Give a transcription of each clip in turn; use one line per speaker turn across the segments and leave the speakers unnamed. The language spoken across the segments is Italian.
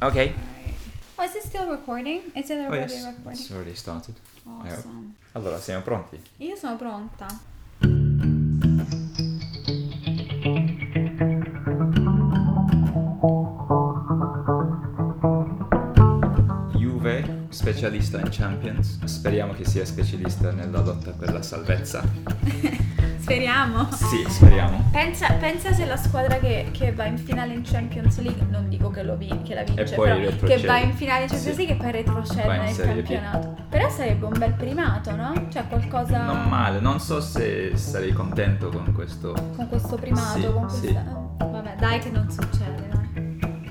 Okay.
Oh, is it still recording? Is it
Oh
already
yes, it's
recording?
already started.
Awesome.
Eh, oh. Allora, siamo pronti?
Io sono pronta.
Juve, specialista in Champions. Speriamo che sia specialista nella lotta per la salvezza.
Speriamo.
Sì, speriamo.
Pensa, pensa se la squadra che, che va in finale in Champions League, non dico che, lo vin- che la vince,
poi
però
retrocede.
che va in finale in Champions
Sì.
League e poi retrocede
Va in
nel
Serie B.
campionato. Però sarebbe un bel primato, no? Cioè qualcosa
Non male, non so se sarei contento con questo.
con questo primato,
Sì,
con questa...
sì.
Vabbè, dai che non succede, dai.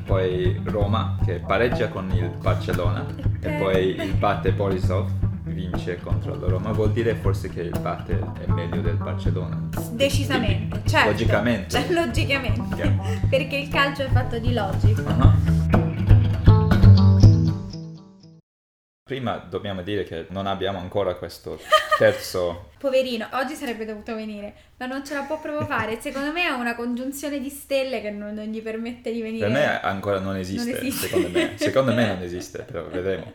Poi Roma che pareggia con il Barcellona e
Ok.
poi il Bate Borisov vince contro la Roma. Vuol dire forse che il Bate è meglio del Barcellona.
Decisamente, certo.
Logicamente.
Cioè, logicamente.
Chiaro.
Perché il calcio è fatto di logica.
Ah. Prima dobbiamo dire che non abbiamo ancora questo terzo...
Poverino, oggi sarebbe dovuto venire, ma non ce la può proprio fare. Secondo me ha una congiunzione di stelle che non, non gli permette di venire.
Per me ancora non esiste,
Non esiste.
secondo me. Secondo me non esiste, però vedremo.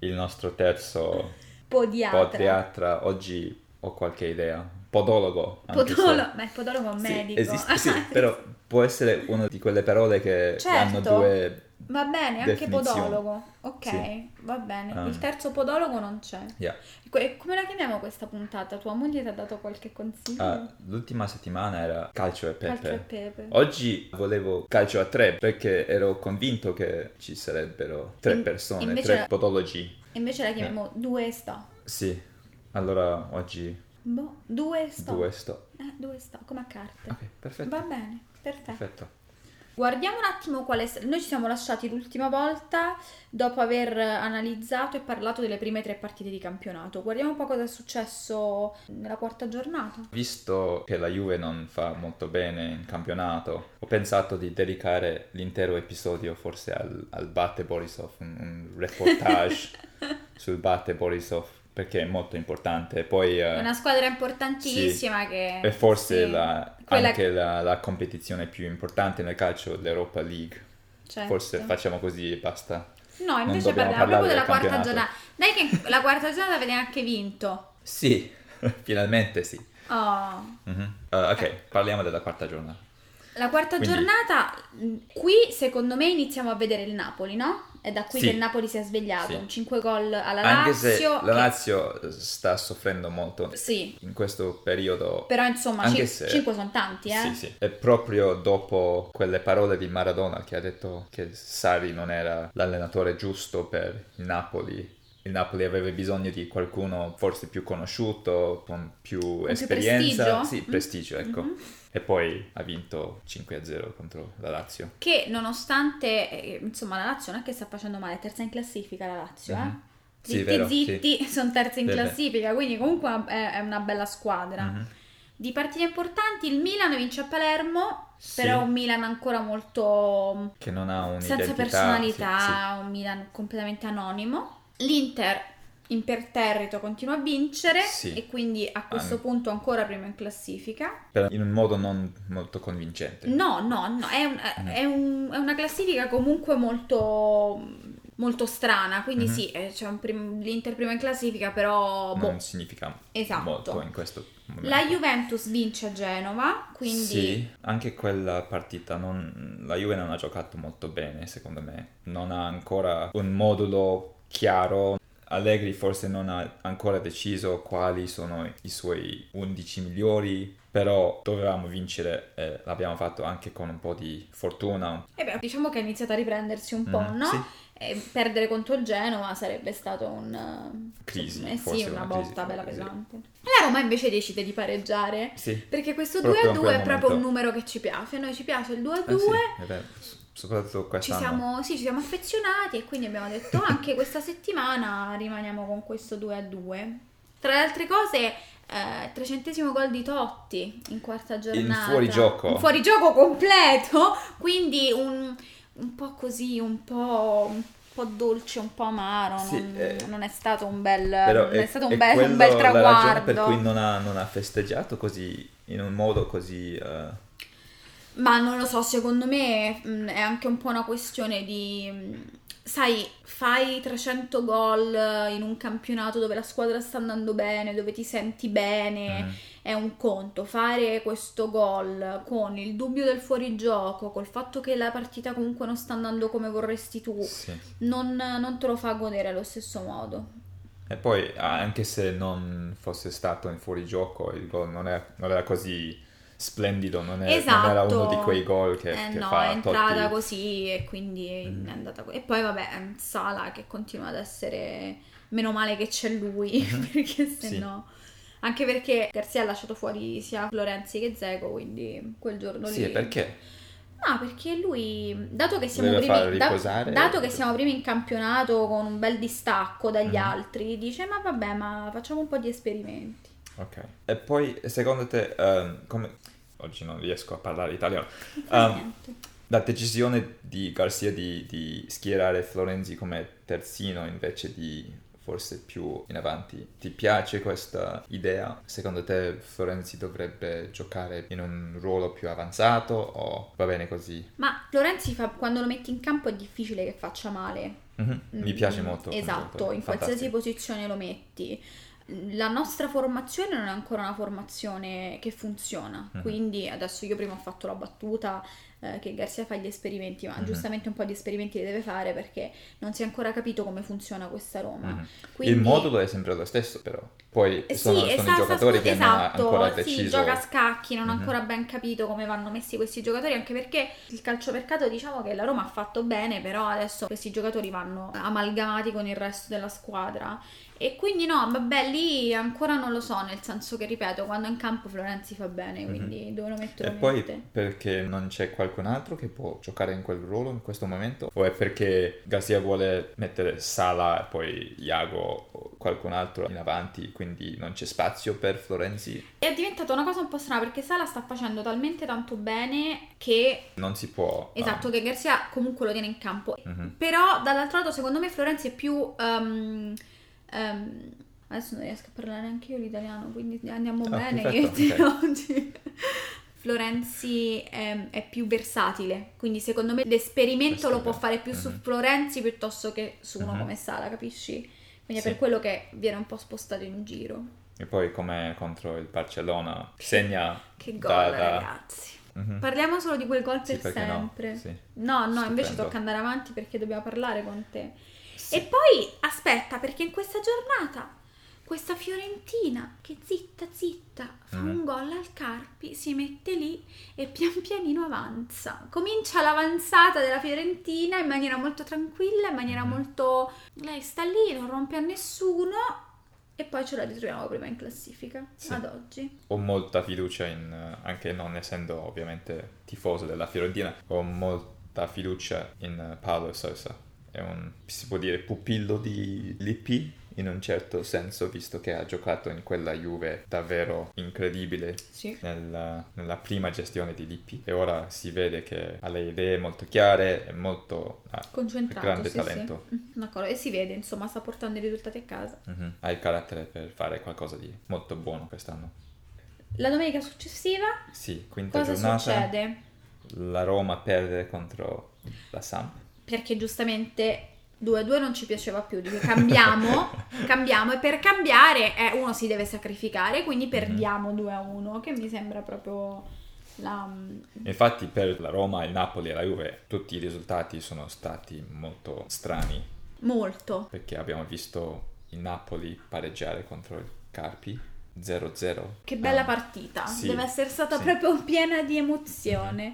Il nostro terzo
Podiatra.
podiatra, oggi ho qualche idea. Podologo. anche se-
Podolo- ma il podologo è un
Sì,
medico.
esiste, sì, però può essere una di quelle parole che hanno
Certo.
due...
Va bene, anche
Definizione.
podologo. Ok,
Sì.
va bene.
Ah.
Il terzo podologo non c'è.
Yeah.
E come la chiamiamo questa puntata? Tua moglie ti ha dato qualche consiglio?
Ah, l'ultima settimana era calcio e pepe.
Calcio e pepe.
Oggi volevo calcio a tre perché ero convinto che ci sarebbero tre
In-
persone,
invece
tre
la-
podologi.
Invece la chiamiamo due sto.
Sì, allora oggi
Boh, due sto.
due sto.
Eh, due sto, come a carte.
Ok, perfetto.
Va bene, perfetto.
perfetto.
Guardiamo un attimo quale... s- Noi ci siamo lasciati l'ultima volta dopo aver analizzato e parlato delle prime tre partite di campionato. Guardiamo un po' cosa è successo nella quarta giornata.
Visto che la Juve non fa molto bene in campionato, ho pensato di dedicare l'intero episodio forse al, al Bate Borisov, un, un reportage sul Bate Borisov perché è molto importante. Poi eh,
È una squadra importantissima che...
è forse
sì,
la-
quella-
anche la, la competizione più importante nel calcio, l'Europa League.
certo.
Forse facciamo così e basta.
No, invece
dobbiamo
parliamo
parlare
proprio della
del
quarta
campionato.
giornata. Dai che la quarta giornata avete anche vinto.
Sì, finalmente sì.
Oh...
Mhm. Eh, ok, parliamo della quarta giornata.
La quarta
Quindi-
giornata, mh, qui secondo me iniziamo a vedere il Napoli, no? È da qui
Sì.
che il Napoli si è svegliato,
Sì.
5 gol alla
Anche
Lazio.
se la
che-
Lazio eh, sta soffrendo molto
Sì,
in questo periodo.
però insomma
Anche
5
se-
sono tanti, eh?
Sì, sì. E proprio dopo quelle parole di Maradona che ha detto che Sari non era l'allenatore giusto per il Napoli. Il Napoli aveva bisogno di qualcuno forse più conosciuto, con più esperienza.
prestigio?
Sì,
Mm.
prestigio, ecco.
Mhm.
E poi ha vinto 5-0 contro la Lazio.
Che nonostante, eh, insomma, la Lazio non è che sta facendo male, è terza in classifica la Lazio,
Mhm.
eh?
Sì,
Zitti,
vero, sì.
zitti, sono terza in
Vero.
classifica, quindi comunque è, è una bella squadra.
Mhm.
Di partite importanti, il Milan vince a Palermo,
Sì.
però un Milan ancora molto
Che non ha un'identità.
senza
sì, sì.
personalità, un Milan completamente anonimo. L'Inter imperterrito continua a vincere
Sì. Ah,
e quindi a questo
An-
punto ancora prima in classifica.
Però in un modo non molto convincente.
No, no, no, è, un- è un- è una classifica comunque molto, molto strana, quindi
Mhm.
sì, eh, c'è un prim- l'Inter prima in classifica, però boh,
Non significa
esatto.
molto eh, in questo momento.
La Juventus vince a Genova, quindi
Sì, anche quella partita non- la Juve non ha giocato molto bene, secondo me. Non ha ancora un modulo chiaro. Allegri forse non ha ancora deciso quali sono i suoi 11 migliori, però dovevamo vincere e l'abbiamo fatto anche con un po' di fortuna.
eh beh, diciamo che ha iniziato a riprendersi un po',
Mm,
no?
sì.
E perdere contro il Genova sarebbe stato un... eh,
Crisi,
eh sì,
forse
una,
una crisi,
botta bella
sì.
pesante. La Roma invece decide di pareggiare,
Sì.
perché questo 2-2
Proprio in quel
è proprio un
momento.
numero che ci piace, a noi ci piace il 2-2,
Eh sì, è vero. S- soprattutto
ci,
quest'anno.
siamo, sì, ci siamo affezionati e quindi abbiamo detto anche questa settimana rimaniamo con questo 2-2. Tra le altre cose... Eh, trecentesimo gol di Totti in quarta giornata
fuorigioco.
un fuorigioco completo quindi un, un po' così un po', un po' dolce un po' amaro
Sì,
non,
eh,
non è stato un bel,
Però
non mm, è stato un bel,
quello
un bel
La ragione per
traguardo
cui non ha, non ha festeggiato così, in un modo così... eh,
Ma non lo so, secondo me mh, è anche un po' una questione di... mh, Sai, fai 300 gol in un campionato dove la squadra sta andando bene, dove ti senti bene,
Mm.
è un conto. Fare questo gol con il dubbio del fuorigioco, col fatto che la partita comunque non sta andando come vorresti tu,
Sì.
non, non te lo fa godere allo stesso modo.
E poi, anche se non fosse stato in fuorigioco, il gol non, è- non era così splendido, non, è- non era
Esatto.
uno di quei gol che,
Eh
che
no,
fa
è entrata
Totti.
così e quindi è
Mm.
andata così. E poi vabbè, Sala che continua ad essere... Meno male che c'è lui,
Mhm.
perché se
Sì.
no... Anche perché Garzia ha lasciato fuori sia Florenzi che Zego, quindi quel giorno lì...
Sì, perché?
No, perché lui, dato che siamo,
Voleva far
primi, da-
riposare.
dato che siamo primi in campionato con un bel distacco dagli
Mhm.
altri, dice ma vabbè, ma facciamo un po' di esperimenti.
Ok. E poi, secondo te, ehm, come... Oggi non riesco a parlare italiano.
Non fa
Ah.
niente.
La decisione di Garcia di, di schierare Florenzi come terzino invece di forse più in avanti, ti piace questa idea? Secondo te Florenzi dovrebbe giocare in un ruolo più avanzato o va bene così?
Ma Florenzi fa- quando lo metti in campo è difficile che faccia male.
Mhm, Mi
Mm,
piace molto. come
Esatto,
giocatore,
in qualsiasi
fantastico.
posizione lo metti. La nostra formazione non è ancora una formazione che funziona,
Mhm.
quindi adesso io prima ho fatto la battuta eh, che Garcia fa gli esperimenti, ma
Mhm.
giustamente un po' di esperimenti li deve fare perché non si è ancora capito come funziona questa Roma.
Mhm.
Quindi-
Il modulo è sempre lo stesso però. Poi
Eh,
sono,
sì,
sono
esatto,
i giocatori
scusa,
che
esatto,
non hanno ancora
sì,
deciso.
gioca a scacchi, non ho
Mhm.
ancora ben capito come vanno messi questi giocatori, anche perché il calciomercato diciamo che la Roma ha fatto bene, però adesso questi giocatori vanno amalgamati con il resto della squadra e quindi no, vabbè, lì ancora non lo so, nel senso che ripeto, quando è in campo Florenzi fa bene, quindi dove lo metto
Mhm. E
lo
poi
mette.
perché non c'è qualcun altro che può giocare in quel ruolo in questo momento? O è perché Garcia vuole mettere Sala e poi Iago o qualcun altro in avanti, quindi non c'è spazio per Florenzi?
È diventata una cosa un po' strana perché Sala sta facendo talmente tanto bene che
Non si può... ah,
Esatto, che Garcia comunque lo tiene in campo.
mhm.
Però dall'altro lato, secondo me, Florenzi è più. ehm, ehm, adesso non riesco a parlare neanche io l'italiano, quindi andiamo
Ah,
bene.
perfetto,
io e te
ok.
oggi. Florenzi ehm, è, più versatile, quindi secondo me l'esperimento
Questo
lo
è
può
vero.
fare più su
Mhm.
Florenzi piuttosto che su uno
Mhm.
come Sala, capisci? Quindi è
Sì.
per quello che viene un po' spostato in giro.
E poi come contro il Barcellona segna...
Che
da-
gol,
da-
ragazzi.
Mhm.
Parliamo solo di quel gol
Sì,
per
perché no?
sempre.
Sì.
No, no, invece
Stupendo.
tocca andare avanti perché dobbiamo parlare con te.
Sì.
E poi aspetta, perché in questa giornata questa Fiorentina che zitta zitta fa
Mm.
un gol al Carpi, si mette lì e pian pianino avanza. Comincia l'avanzata della Fiorentina in maniera molto tranquilla, in maniera
Mhm.
molto lei sta lì, non rompe a nessuno e poi ce la ritroviamo prima in classifica
Sì.
ad oggi.
Ho molta fiducia in, eh, anche non essendo ovviamente tifoso della Fiorentina, ho molta fiducia in eh, Paolo Sosa. È un, si può dire, pupillo di Lippi in un certo senso, visto che ha giocato in quella Juve davvero incredibile
Sì.
nella, nella prima gestione di Lippi. E ora si vede che ha le idee molto chiare e molto... ah, ha-
Concentrato,
Grande
sì,
talento.
sì. Mm, D'accordo, e si vede, insomma, sta portando i risultati a casa.
mhm, ha il carattere per fare qualcosa di molto buono quest'anno.
La domenica successiva
Sì, quinta
cosa
giornata.
succede?
la Roma perde contro la Samp.
Perché giustamente 2-2 non ci piaceva più, dico cambiamo, cambiamo e per cambiare eh, uno si deve sacrificare, quindi
Mhm.
perdiamo 2-1, che mi sembra proprio la... mm,
Infatti per la Roma, il Napoli e la Juve tutti i risultati sono stati molto strani
molto.
perché abbiamo visto il Napoli pareggiare contro il Carpi 0-0.
Che bella
Um,
partita,
sì,
deve essere stata
sì. Mhm.
proprio piena di emozione.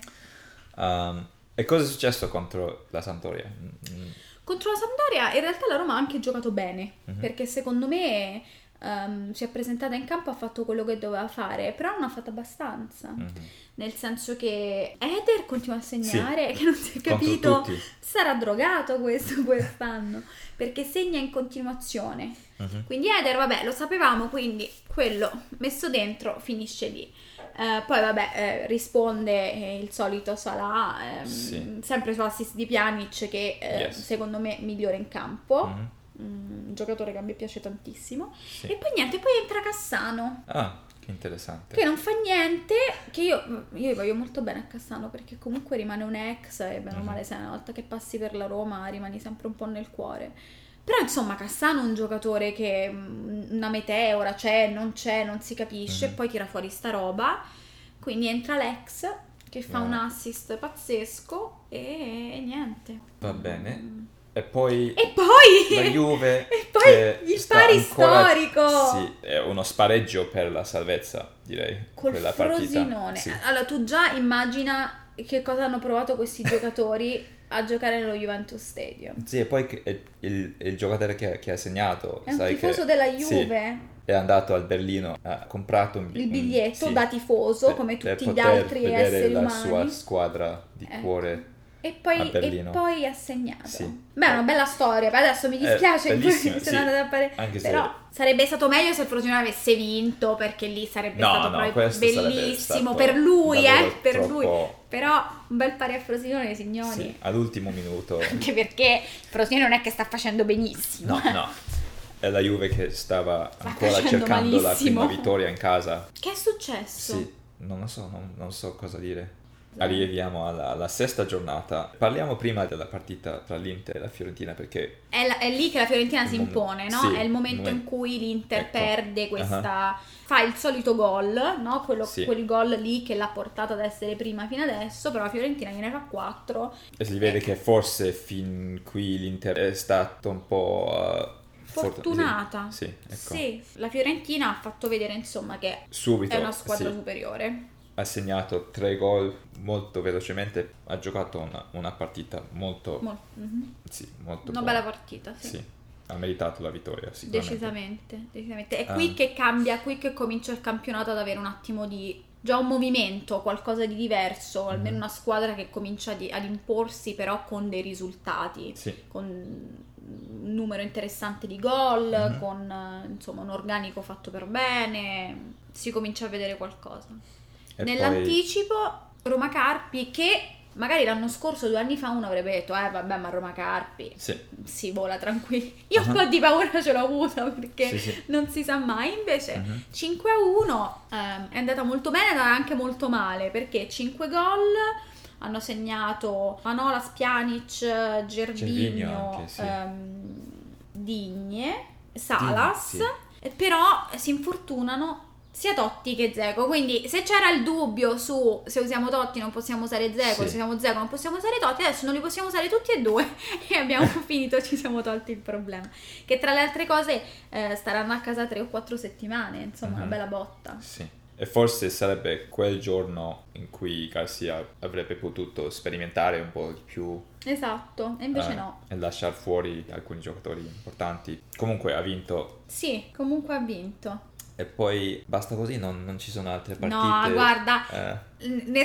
um, e cosa è successo contro la Sampdoria? Mm,
Contro la Sampdoria in realtà la Roma ha anche giocato bene,
Mhm.
perché secondo me ehm, si è presentata in campo, ha fatto quello che doveva fare, però non ha fatto abbastanza,
mm, mm.
nel senso che Eder continua a segnare, che non si è
Contro
capito,
tutti.
sarà drogato questo quest'anno, perché segna in continuazione.
Mhm.
Quindi Eder, vabbè, lo sapevamo, quindi quello messo dentro finisce lì. Eh, poi, vabbè, eh, risponde eh, il solito Salah, ehm,
Sì.
sempre su assist di Pjanic, che eh,
Yes.
secondo me migliore in campo,
Mhm.
Mm, un giocatore che a me piace tantissimo.
Sì.
E poi niente, poi entra Cassano.
Ah, Interessante.
che non fa niente, che io, mm, io gli voglio molto bene a Cassano perché comunque rimane un ex e bene o
Mhm.
male se una volta che passi per la Roma rimani sempre un po' nel cuore. Però insomma Cassano è un giocatore che mh, una meteora c'è, non c'è, non si capisce,
Mhm.
poi tira fuori sta roba, quindi entra l'ex che fa
Wow.
un assist pazzesco e, e niente.
Va bene. E poi
E poi...
la Juve
e
che
poi il
sta
pari
ancora-
storico!
Sì, è uno spareggio per la salvezza, direi.
Col
quella
Frosinone.
partita. Sì.
Allora, tu già immagina che cosa hanno provato questi giocatori a giocare nello Juventus Stadium.
Sì, e poi che- è il, è il giocatore che, che ha segnato,
È un
sai
tifoso
che
della
sì.
Juve,
è andato al Berlino, ha comprato un, bi-
il
un-
biglietto
Mm, sì,
da tifoso,
per-
come
per
tutti gli
poter
altri
vedere
esseri
la
umani.
sua squadra di
Ecco.
cuore.
E
a
poi, e
Berlino.
poi ha segnato.
Sì.
Beh, è una bella storia. poi Adesso mi
Eh,
dispiace che poi
bellissima,
sono
sì.
andata a fare.
Anche se
Però sarebbe stato meglio se il Frosinone avesse vinto, perché lì sarebbe
no,
stato
no,
proprio
questo sarebbe
bellissimo
stato
per lui, eh,
davvero
per lui.
troppo-
Però un bel pari a Frosinone, signori.
sì, all'ultimo minuto.
Anche perché Frosinone non è che sta facendo benissimo.
No, no. È la Juve che stava
Sta
ancora
facendo
cercando la
malissimo.
prima vittoria in casa.
Che è successo?
Sì, non lo so, non, non so cosa dire. Arriviamo alla, alla sesta giornata. Parliamo prima della partita tra l'Inter e la Fiorentina perché
È, la- è lì che la Fiorentina si
Il mom-
impone, no?
sì,
è il momento
il
in cui l'Inter
Ecco.
perde questa... fa il solito gol, no? Quello-
Sì.
Quel gol lì che l'ha portata ad essere prima fino adesso, però la Fiorentina gliene fa 4.
si
Ecco.
vede che forse fin qui l'Inter è stato un po'... eh, fort-
Fortunata.
Sì, ecco.
Sì, la Fiorentina ha fatto vedere insomma che
Subito
è una squadra
Ecco, sì,
superiore.
ha segnato tre gol molto velocemente, ha giocato una, una partita molto...
Mol- mhm.
sì, molto
Una
buona.
bella partita, sì.
Sì, ha meritato la vittoria sicuramente.
Decisamente, decisamente. È
Ah.
qui che cambia, qui che comincia il campionato ad avere un attimo di già un movimento, qualcosa di diverso,
Mhm.
almeno una squadra che comincia di- ad imporsi però con dei risultati,
Sì,
con un numero interessante di gol,
Mhm.
con eh, insomma un organico fatto per bene, si comincia a vedere qualcosa.
e poi
Nell'anticipo Roma Carpi che magari l'anno scorso, due anni fa, uno avrebbe detto, eh vabbè ma Roma Carpi
sì,
si vola tranquilli. Io un
Ah.
po' di paura ce l'ho avuta perché
sì, sì.
non si sa mai. Invece
Mhm.
5 a 1 ehm, è andata molto bene, è andata anche molto male perché 5 gol hanno segnato Manola, Spianic,
Gervinho
Gervinho,
anche, sì.
ehm, Digne, Salas,
Digne,
eh, però si infortunano sia Totti che Zeco, quindi se c'era il dubbio su se usiamo Totti non possiamo usare Zeco,
Sì.
se usiamo Zeco non possiamo usare Totti, adesso non li possiamo usare tutti e due e abbiamo finito, ci siamo tolti il problema. Che tra le altre cose eh, staranno a casa tre o quattro settimane, insomma, una
Mhm.
bella botta.
sì. E forse sarebbe quel giorno in cui Garcia avrebbe potuto sperimentare un po' di più
Esatto, e invece
eh,
no.
e lasciar fuori alcuni giocatori importanti. Comunque ha vinto
Sì, comunque ha vinto.
e poi basta così, non, non ci sono altre partite.
No, guarda,
Eh,
n- ne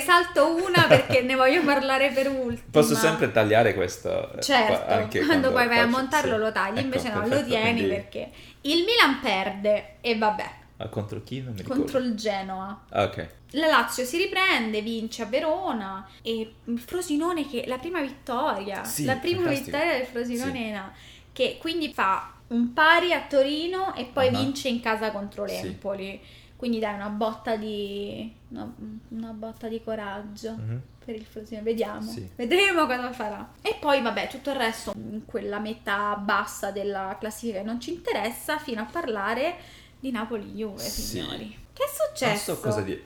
salto una perché ne voglio parlare per ultima.
posso sempre tagliare questo. eh,
Certo,
qua- anche
quando, poi vai a
faccio-
montarlo
sì.
lo tagli,
Ecco,
invece no, lo
perfetto,
tieni
quindi-
perché il Milan perde e vabbè,
Ah, contro chi? Non mi ricordo.
contro il Genoa.
Ah, ok.
La Lazio si riprende, vince a Verona e il Frosinone che la prima vittoria,
Sì,
la prima
fantastico.
vittoria del Frosinone in A, che quindi fa un pari a Torino e poi
Ah.
vince in casa contro
Sì.
l'Empoli. Quindi dai una botta di una, una botta di coraggio
Mhm.
per il Frosinone, vediamo.
Sì.
Vedremo cosa farà. E poi vabbè, tutto il resto in quella metà bassa della classifica che non ci interessa fino a parlare di Napoli Juve,
Sì.
signori. Che è successo?
Non so cosa dire.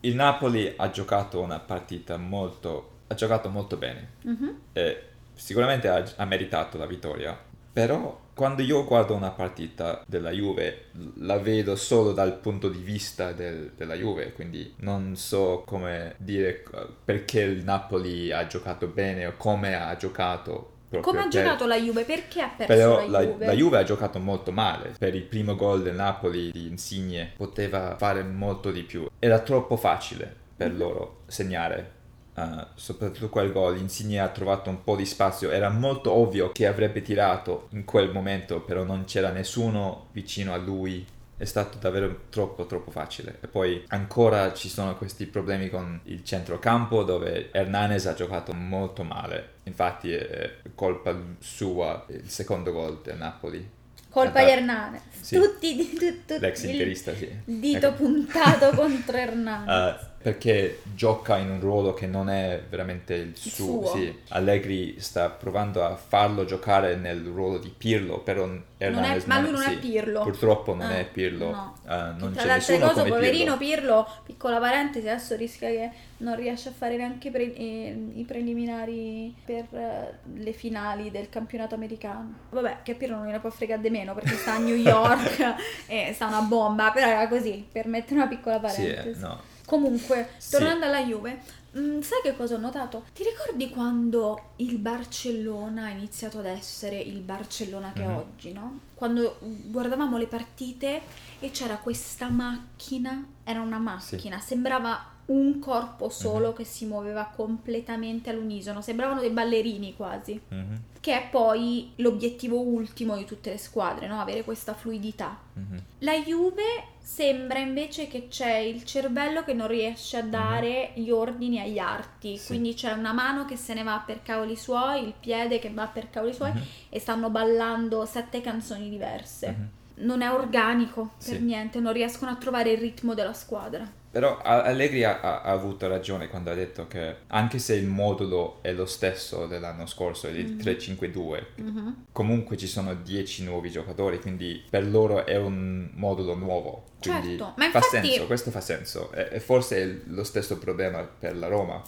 Il Napoli ha giocato una partita molto... ha giocato molto bene.
Mhm.
E eh, sicuramente ha, ha meritato la vittoria. Però quando io guardo una partita della Juve la vedo solo dal punto di vista del- della Juve, quindi non so come dire eh, perché il Napoli ha giocato bene o come ha giocato. proprio
Come ha
per-
giocato la Juve? Perché ha perso
Però
la,
la,
Juve?
la Juve ha giocato molto male. Per il primo gol del Napoli di Insigne poteva fare molto di più. Era troppo facile
Mhm.
per loro segnare. Eh, soprattutto quel gol, Insigne ha trovato un po' di spazio. Era molto ovvio che avrebbe tirato in quel momento, però non c'era nessuno vicino a lui. È stato davvero troppo troppo facile. E poi ancora ci sono questi problemi con il centrocampo dove Hernanes ha giocato molto male. Infatti è colpa sua il secondo gol del Napoli.
Colpa
Ah,
di Hernandez.
sì.
Tutti, di- tu- tu-
L'ex
il
interista, sì.
Dito
Ecco.
puntato contro Hernandez.
Eh, perché gioca in un ruolo che non è veramente il suo.
suo.
Sì. Allegri sta provando a farlo giocare nel ruolo di Pirlo, però Hernandez
ma lui non è Pirlo.
Purtroppo non
Ah,
è Pirlo.
no.
Eh, non
Tra
c'è
le altre
nessuno
cose,
come
poverino
Pirlo.
Pirlo. piccola parentesi, adesso rischia che non riesce a fare neanche i pre- eh, i preliminari per eh, le finali del campionato americano. Vabbè, che a Pirlo non gliene può fregare di meno perché sta a New York e sta una bomba, però era così, per mettere una piccola
Sì, eh,
parentesi.
no.
Comunque,
Sì.
tornando alla Juve, mh, sai che cosa ho notato? Ti ricordi quando il Barcellona ha iniziato ad essere il Barcellona che è
Mhm.
oggi, no? Quando guardavamo le partite e c'era questa macchina, era una macchina, sembrava un
Mhm.
corpo solo che si muoveva completamente all'unisono, sembravano dei ballerini quasi
Mhm,
che è poi l'obiettivo ultimo di tutte le squadre, no? avere questa fluidità.
mhm.
La Juve sembra invece che c'è il cervello che non riesce a dare gli ordini agli arti,
Mhm. Sì.
quindi c'è una mano che se ne va per cavoli suoi, il piede che va per cavoli suoi
Mhm,
e stanno ballando sette canzoni diverse.
mhm.
Non è organico per
Sì.
niente, non riescono a trovare il ritmo della squadra.
Però A- Allegri ha, ha- ha avuto ragione quando ha detto che anche se il modulo è lo stesso dell'anno scorso, il
Mhm.
3-5-2,
Mhm.
comunque ci sono 10 nuovi giocatori, quindi per loro è un modulo nuovo. Quindi
Certo, ma
fa
infatti-
senso, questo fa senso. E, e forse è lo stesso problema per la Roma.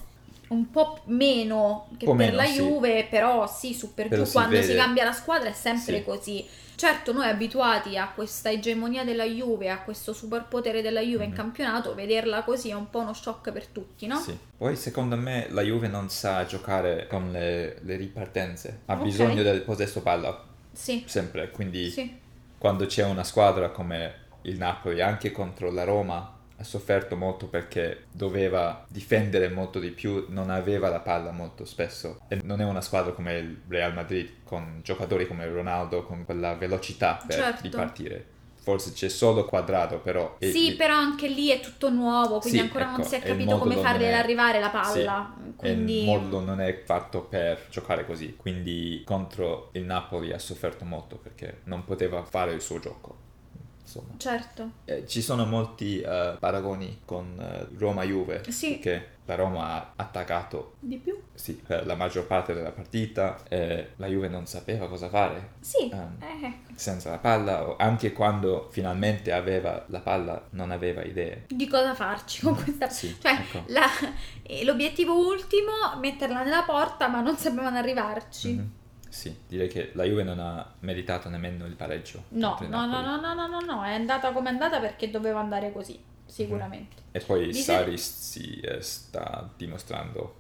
Un po' meno che
Un po'
per
meno,
la
sì.
Juve, però sì, su per
Però
giù
si
quando si
vede.
cambia la squadra è sempre
Sì.
così. Certo, noi abituati a questa egemonia della Juve, a questo superpotere della Juve in
Mhm.
campionato, vederla così è un po' uno shock per tutti, no?
Sì. Poi secondo me la Juve non sa giocare con le, le ripartenze, ha
Ok.
bisogno del possesso palla
Sì.
sempre, quindi
Sì.
quando c'è una squadra come il Napoli, anche contro la Roma, ha sofferto molto perché doveva difendere molto di più, non aveva la palla molto spesso. E non è una squadra come il Real Madrid, con giocatori come Ronaldo, con quella velocità per
Certo.
ripartire. Forse c'è solo quadrato, però... e-
Sì,
e-
però anche lì è tutto nuovo, quindi
Sì,
ancora non
ecco,
si è
e il
capito come
modulo non
farle
è-
arrivare la palla.
e
Quindi...
Il modulo non è fatto per giocare così, quindi contro il Napoli ha sofferto molto perché non poteva fare il suo gioco. Insomma.
Certo.
Eh, ci sono molti eh, paragoni con eh, Roma-Juve,
Sì.
che la Roma ha attaccato
Di più?
sì, per la maggior parte della partita, eh, la Juve non sapeva cosa fare
Sì.
Ehm.
eh, ecco.
senza la palla, o anche quando finalmente aveva la palla non aveva idee.
Di cosa farci con questa...
Mm. Sì,
Cioè,
ecco.
La- eh, l'obiettivo ultimo, metterla nella porta, ma non sapevano arrivarci.
Mhm. Sì, direi che la Juve non ha meritato nemmeno il pareggio.
No,
contro il
no, no,
Napoli.
no, no, no, no, no, è andata come è andata perché doveva andare così, sicuramente.
E poi
Dice-
Sari si eh, sta dimostrando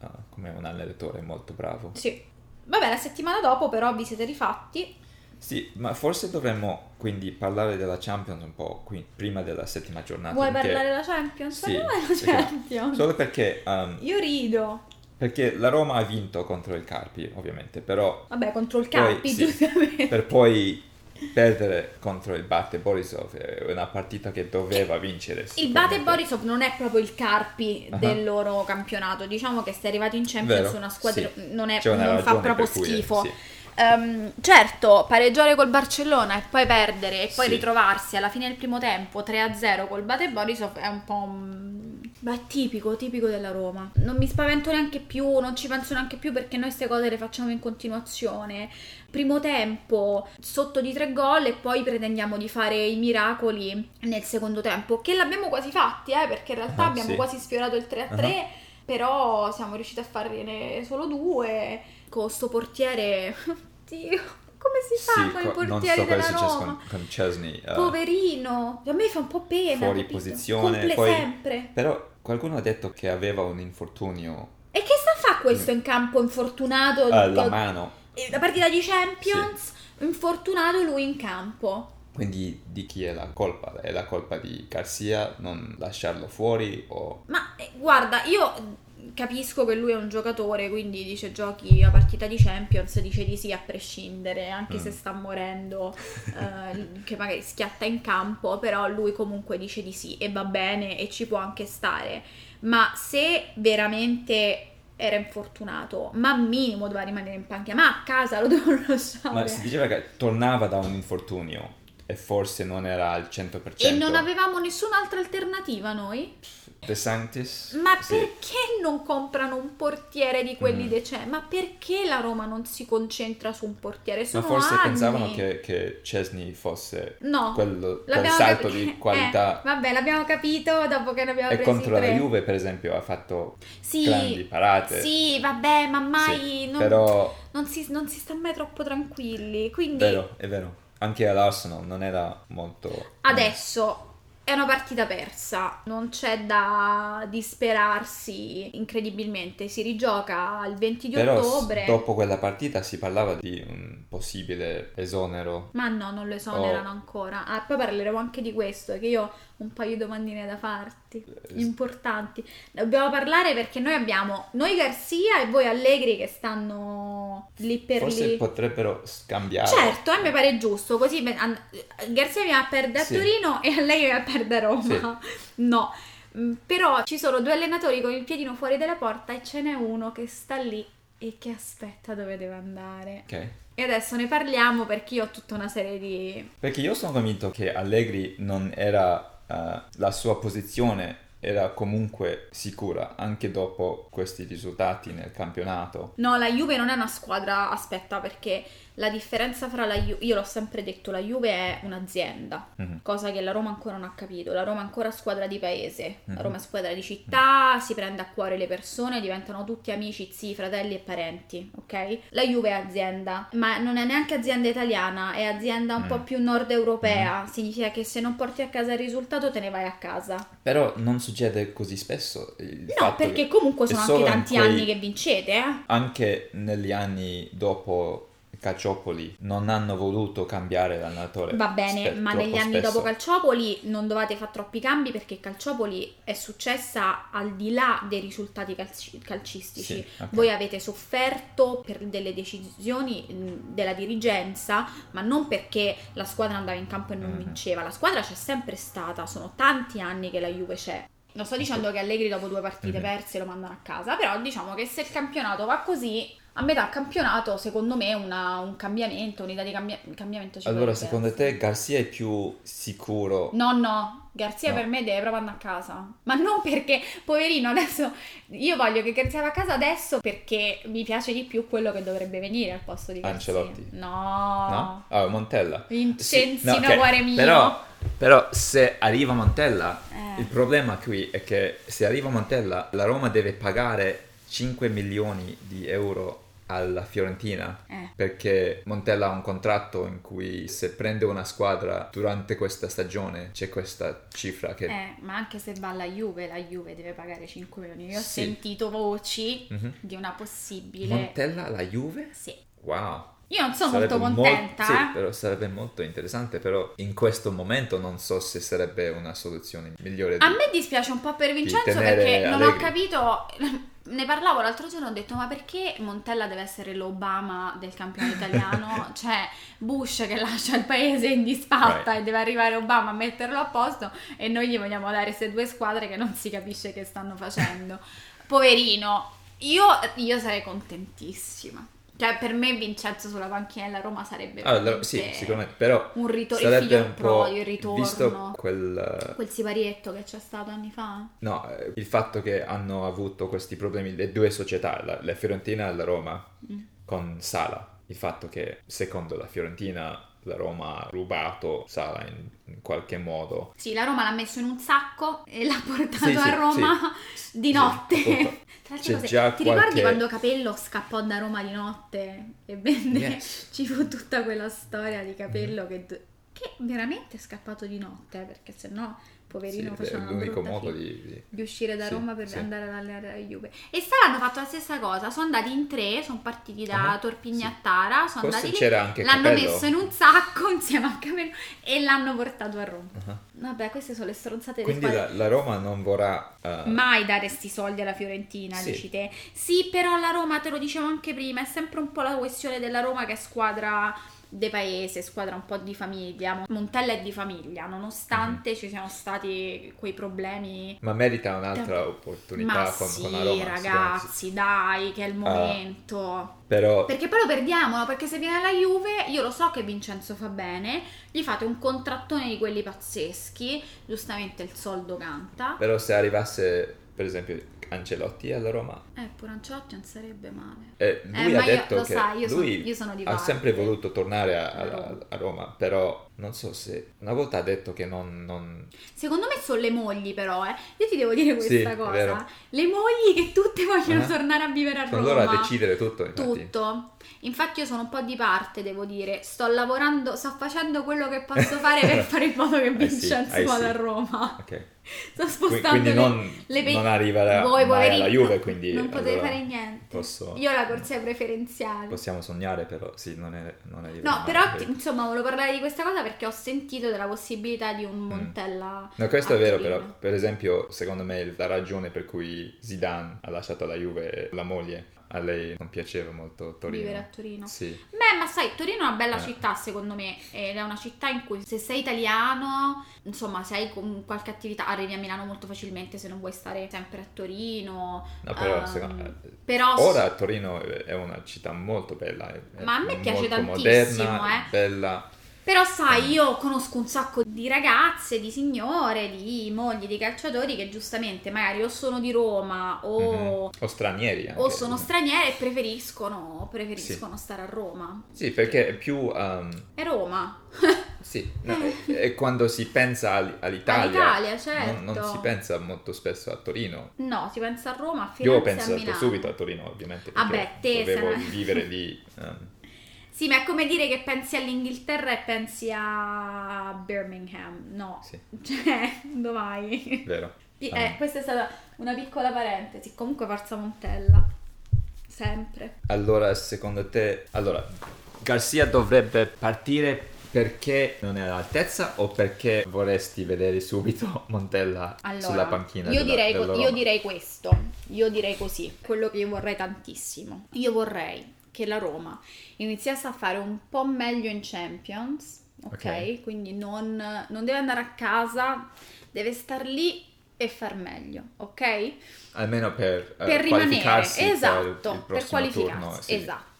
eh, come un allenatore molto bravo.
Sì. Vabbè, la settimana dopo però vi siete rifatti.
Sì, ma forse dovremmo quindi parlare della Champions un po' qui, prima della settima giornata.
Vuoi
Ah, perché-
parlare della Champions?
Sì,
Parliamo della
perché-
Champions.
Solo perché, ehm,
Io rido.
perché la Roma ha vinto contro il Carpi, ovviamente, però
Vabbè, contro il
Poi,
Campi,
sì.
giustamente.
per poi perdere contro il Bate Borisov è una partita che doveva vincere.
Eh, Il
sicuramente.
Bate Borisov non è proprio il Carpi
Ah.
del loro campionato. Diciamo che se è arrivato in Champions
Vero,
una squadra non, è-
C'è una
non fa
ragione
proprio
per cui, eh,
schifo.
sì.
Ehm, certo, pareggiare col Barcellona e poi perdere e poi
Sì.
ritrovarsi alla fine del primo tempo 3-0 col Bate Borisov è un po'... un- Ma è tipico, tipico della Roma. Non mi spavento neanche più, non ci penso neanche più perché noi queste cose le facciamo in continuazione. Primo tempo sotto di tre gol e poi pretendiamo di fare i miracoli nel secondo tempo, che l'abbiamo quasi fatti, eh, perché in realtà
Ah,
abbiamo
sì.
quasi sfiorato il 3-3 però siamo riusciti a farne solo due con sto portiere oddio come si fa
Sì,
con
co-
i
non
portieri
so cosa è
della
successo
Roma
con, con Chesney. eh,
poverino a me fa un po' pena
fuori
capito?
posizione,
Comple-
poi-
sempre
però qualcuno ha detto che aveva un infortunio
e che sta a fa questo in campo infortunato
alla
Co-
mano.
eh, la partita di Champions infortunato lui in campo
Quindi di chi è la colpa? È la colpa di Garcia non lasciarlo fuori o...
Ma eh, guarda, io capisco che lui è un giocatore, quindi dice giochi la partita di Champions, dice di sì a prescindere, anche
Mm.
se sta morendo, eh, che magari schiatta in campo, però lui comunque dice di sì e va bene e ci può anche stare. Ma se veramente eh, era infortunato, ma minimo doveva rimanere in panchina, ma a casa lo devono lasciare.
Ma si diceva che tornava da un infortunio e forse non era al 100%.
E non avevamo nessun'altra alternativa noi?
De Sanctis?
Ma
Sì.
perché non comprano un portiere di quelli
Mm.
dei c'è? Ma perché la Roma non si concentra su un portiere?
Ma
Sono
forse
anni.
pensavano che, che Chesney fosse
No,
quello, quel
l'abbiamo
salto
capi-
di qualità.
Eh, vabbè, l'abbiamo capito dopo che ne abbiamo
e
presi
contro la
tre.
Juve, per esempio, ha fatto grandi
Sì,
parate.
sì, vabbè, ma mai...
Sì,
non,
Però
non si, non si sta mai troppo tranquilli, quindi...
vero, è vero. Anche all'Arsenal non era molto...
Adesso è una partita persa, non c'è da disperarsi incredibilmente, si rigioca il 20 di
Però s-
ottobre.
dopo quella partita si parlava di un possibile esonero.
Ma no, non lo esonerano
Oh.
ancora. Ah, poi parleremo anche di questo, che io ho un paio di domandine da farti,
Eh,
importanti. Dobbiamo parlare perché noi abbiamo noi Garcia e voi Allegri che stanno lì per
Forse
lì.
potrebbero scambiare.
Certo, a me pare giusto, così ben- an- Garzia viene a perdere
Sì.
a Torino e a lei viene a perdere a Roma. No, Mm, però ci sono due allenatori con il piedino fuori dalla porta e ce n'è uno che sta lì e che aspetta dove deve andare.
Ok.
E adesso ne parliamo perché io ho tutta una serie di...
Perché io sono convinto che Allegri non era, eh, la sua posizione era comunque sicura anche dopo questi risultati nel campionato.
No, la Juve non è una squadra, aspetta, perché la differenza fra la Juve, io l'ho sempre detto, la Juve è un'azienda.
Mhm.
cosa che la Roma ancora non ha capito. La Roma è ancora squadra di paese,
Mhm. Mm.
la Roma è squadra di città, si prende a cuore le persone, diventano tutti amici, zii, fratelli e parenti, ok? La Juve è azienda, ma non è neanche azienda italiana, è azienda un
Mm.
po' più nord europea, significa che se non porti a casa il risultato te ne vai a casa.
Però non succede così spesso. Il
No,
fatto che
perché comunque
è
sono
solo
anche
in
tanti
quei-
anni che vincete, eh?
anche negli anni dopo Calciopoli non hanno voluto cambiare l'allenatore.
Va bene,
spe-
ma
troppo
negli anni
spesso.
dopo Calciopoli non dovete fare troppi cambi perché Calciopoli è successa al di là dei risultati calci- calcistici.
Sì, ok.
Voi avete sofferto per delle decisioni mh, della dirigenza, ma non perché la squadra andava in campo e non
Mhm.
vinceva. La squadra c'è sempre stata, sono tanti anni che la Juve c'è. Non sto dicendo che Allegri dopo due partite
Mhm.
perse lo mandano a casa, però diciamo che se il campionato va così, a metà campionato secondo me una- un cambiamento, un'idea di cambia- cambiamento ci
Allora,
potrebbe
secondo
essere.
te Garcia è più sicuro?
No, no, Garzia
No.
per me deve proprio andare a casa. Ma non perché, poverino, adesso io voglio che Garzia va a casa adesso perché mi piace di più quello che dovrebbe venire al posto di Garzia.
Ancelotti.
No.
No? Ah, Montella.
Vincenzino
Sì, no, ok,
cuore mio.
Però, però se arriva Montella,
Eh.
il problema qui è che se arriva Montella, la Roma deve pagare 5 milioni di euro alla Fiorentina.
Eh.
Perché Montella ha un contratto in cui se prende una squadra durante questa stagione c'è questa cifra che...
Eh, ma anche se va alla Juve, la Juve deve pagare 5 milioni. Io ho
Sì.
sentito voci
Mhm.
di una possibile...
Montella alla Juve?
Sì.
Wow.
Io non sono
Sarebbe
molto
mol-
contenta,
sì,
eh.
però sarebbe molto interessante, però in questo momento non so se sarebbe una soluzione migliore di...
A me dispiace un po' per Vincenzo
tenere
perché non ho
Allegri.
capito. Ne parlavo l'altro giorno, ho detto: ma perché Montella deve essere l'Obama del campione italiano? cioè, Bush che lascia il paese in disfatta
Right.
e deve arrivare Obama a metterlo a posto e noi gli vogliamo dare queste due squadre che non si capisce che stanno facendo. Poverino, io, io sarei contentissima. Cioè, per me Vincenzo sulla panchina della Roma sarebbe
Allora, sì,
veramente
sicuramente, però
un ritorno, il
sarebbe
figlio
un po'
prodio, il ritorno.
visto quel... eh,
Quel siparietto che c'è stato anni fa?
No, eh, il fatto che hanno avuto questi problemi le due società, la, la Fiorentina e la Roma,
Mm.
con Sala. Il fatto che, secondo la Fiorentina, la Roma ha rubato Sala in, in qualche modo.
Sì, la Roma l'ha messo in un sacco e l'ha portato
Sì,
a
sì,
Roma di
Sì,
notte.
appunto.
Tra
C'è
l'altro, cose, ti
già
ricordi
qualche-
quando Capello scappò da Roma di notte e venne?
Yes. Mm-hmm.
Ci fu tutta quella storia di Capello che, d- che veramente è scappato di notte eh, perché sennò poverino
Sì, è
faceva una
l'unico
brutta
modo
fine.
di- di...
Di uscire da
Sì,
Roma per
sì.
andare ad allenare la Juve. E Sala hanno fatto la stessa cosa. Sono andati in tre, sono partiti da
Ah, sì.
Torpigna a Tara, Ah, sono
Forse
andati lì
c'era anche
L'hanno
Capello.
messo in un sacco insieme a Capello e l'hanno portato a Roma.
Ah.
Vabbè, queste sono le stronzate delle
Quindi
squadre.
la, la Roma non vorrà... eh,
Mai dare sti soldi alla Fiorentina,
Sì.
dici te. Sì, però la Roma, te lo dicevo anche prima, è sempre un po' la questione della Roma che è squadra de paese, squadra un po' di famiglia. Mon- Montella è di famiglia, nonostante
Mhm.
ci siano stati quei problemi.
Ma merita un'altra opportunità
Ma
con,
sì,
con la Roma.
ragazzi,
sicuramente. Ah.
dai, che è il momento.
Però
Perché poi lo perdiamo, no? perché se viene la Juve, io lo so che Vincenzo fa bene, gli fate un contrattone di quelli pazzeschi, giustamente il soldo canta.
Però se arrivasse, per esempio, Ancelotti alla Roma,
Eh, pure Ancelotti non sarebbe male.
eh,
Eh,
lui
ma
ha
io-
detto
lo
che
sai,
lui
io, sono, io sono di
ha
parte.
sempre voluto tornare a,
Alla
a-
Roma.
a Roma, però non so se una volta ha detto che non... non-
Secondo me sono le mogli, però, eh. Io ti devo dire
Sì,
questa
è
cosa.
vero.
Le mogli che tutte vogliono
Ah.
tornare a vivere a
sono
Roma.
loro a decidere tutto, infatti.
Tutto. Infatti io sono un po' di parte, devo dire. Sto lavorando, sto facendo quello che posso fare per fare in modo che
Eh sì,
Vincenzo
eh
vada a
sì.
Roma.
Ok.
Sto
Qui-
spostando
Quindi
le-
non,
le pe-
non arriverà
Voi,
mai alla
poverino,
Juve, quindi...
non potete
allora
fare niente.
posso-
Io ho la corsia preferenziale.
Possiamo sognare, però sì, non, è, non arriverà
No,
mai,
però
perché-
ti- insomma volevo parlare di questa cosa perché ho sentito della possibilità di un
Mm.
Montella.
No, questo è vero,
Attilino.
però, per esempio, secondo me la ragione per cui Zidane ha lasciato la Juve, la moglie, a lei non piaceva molto Torino.
Vivere a Torino.
Sì,
Beh, ma sai, Torino è una bella
Eh.
città, secondo me, ed è una città in cui se sei italiano, insomma, se hai con- qualche attività, arrivi a Milano molto facilmente se non vuoi stare sempre a Torino.
no, però,
Ehm,
secondo-
Però
ora Torino è una città molto bella. è-
Ma a me
è
piace
molto
tantissimo,
moderna,
eh.
bella.
Però sai, io conosco un sacco di ragazze, di signore, di mogli, di calciatori che giustamente magari o sono di Roma o,
mhm. O stranieri anche.
o sono straniere e preferiscono, preferiscono stare a Roma.
Sì, perché è più... ehm,
È Roma,
sì, no, è, è quando si pensa al- all'Italia.
all'Italia, certo.
non, non si pensa molto spesso a Torino.
No, si pensa a Roma, a Firenze
Io ho
e a
pensato
Milano.
subito a Torino, ovviamente,
Ah,
perché
beh, te se
dovevo
no-
vivere lì. ehm,
Sì, ma è come dire che pensi all'Inghilterra e pensi a Birmingham. No,
Sì.
cioè, dove vai?
Vero.
Pi-
Ah.
eh, questa è stata una piccola parentesi. Comunque Forza Montella. Sempre.
Allora, secondo te, allora, Garcia dovrebbe partire perché non è all'altezza o perché vorresti vedere subito Montella
Allora,
sulla panchina?
io,
della-
direi, co-
della
io
Roma?
direi questo, io direi così, quello che io vorrei tantissimo. Io vorrei che la Roma iniziasse a fare un po' meglio in Champions, ok?
Ok.
Quindi non, non deve andare a casa, deve star lì e far meglio, ok?
Almeno per, eh,
per rimanere
qualificarsi
esatto
il
per,
prossimo
qualificarsi
turno, eh, sì.
esatto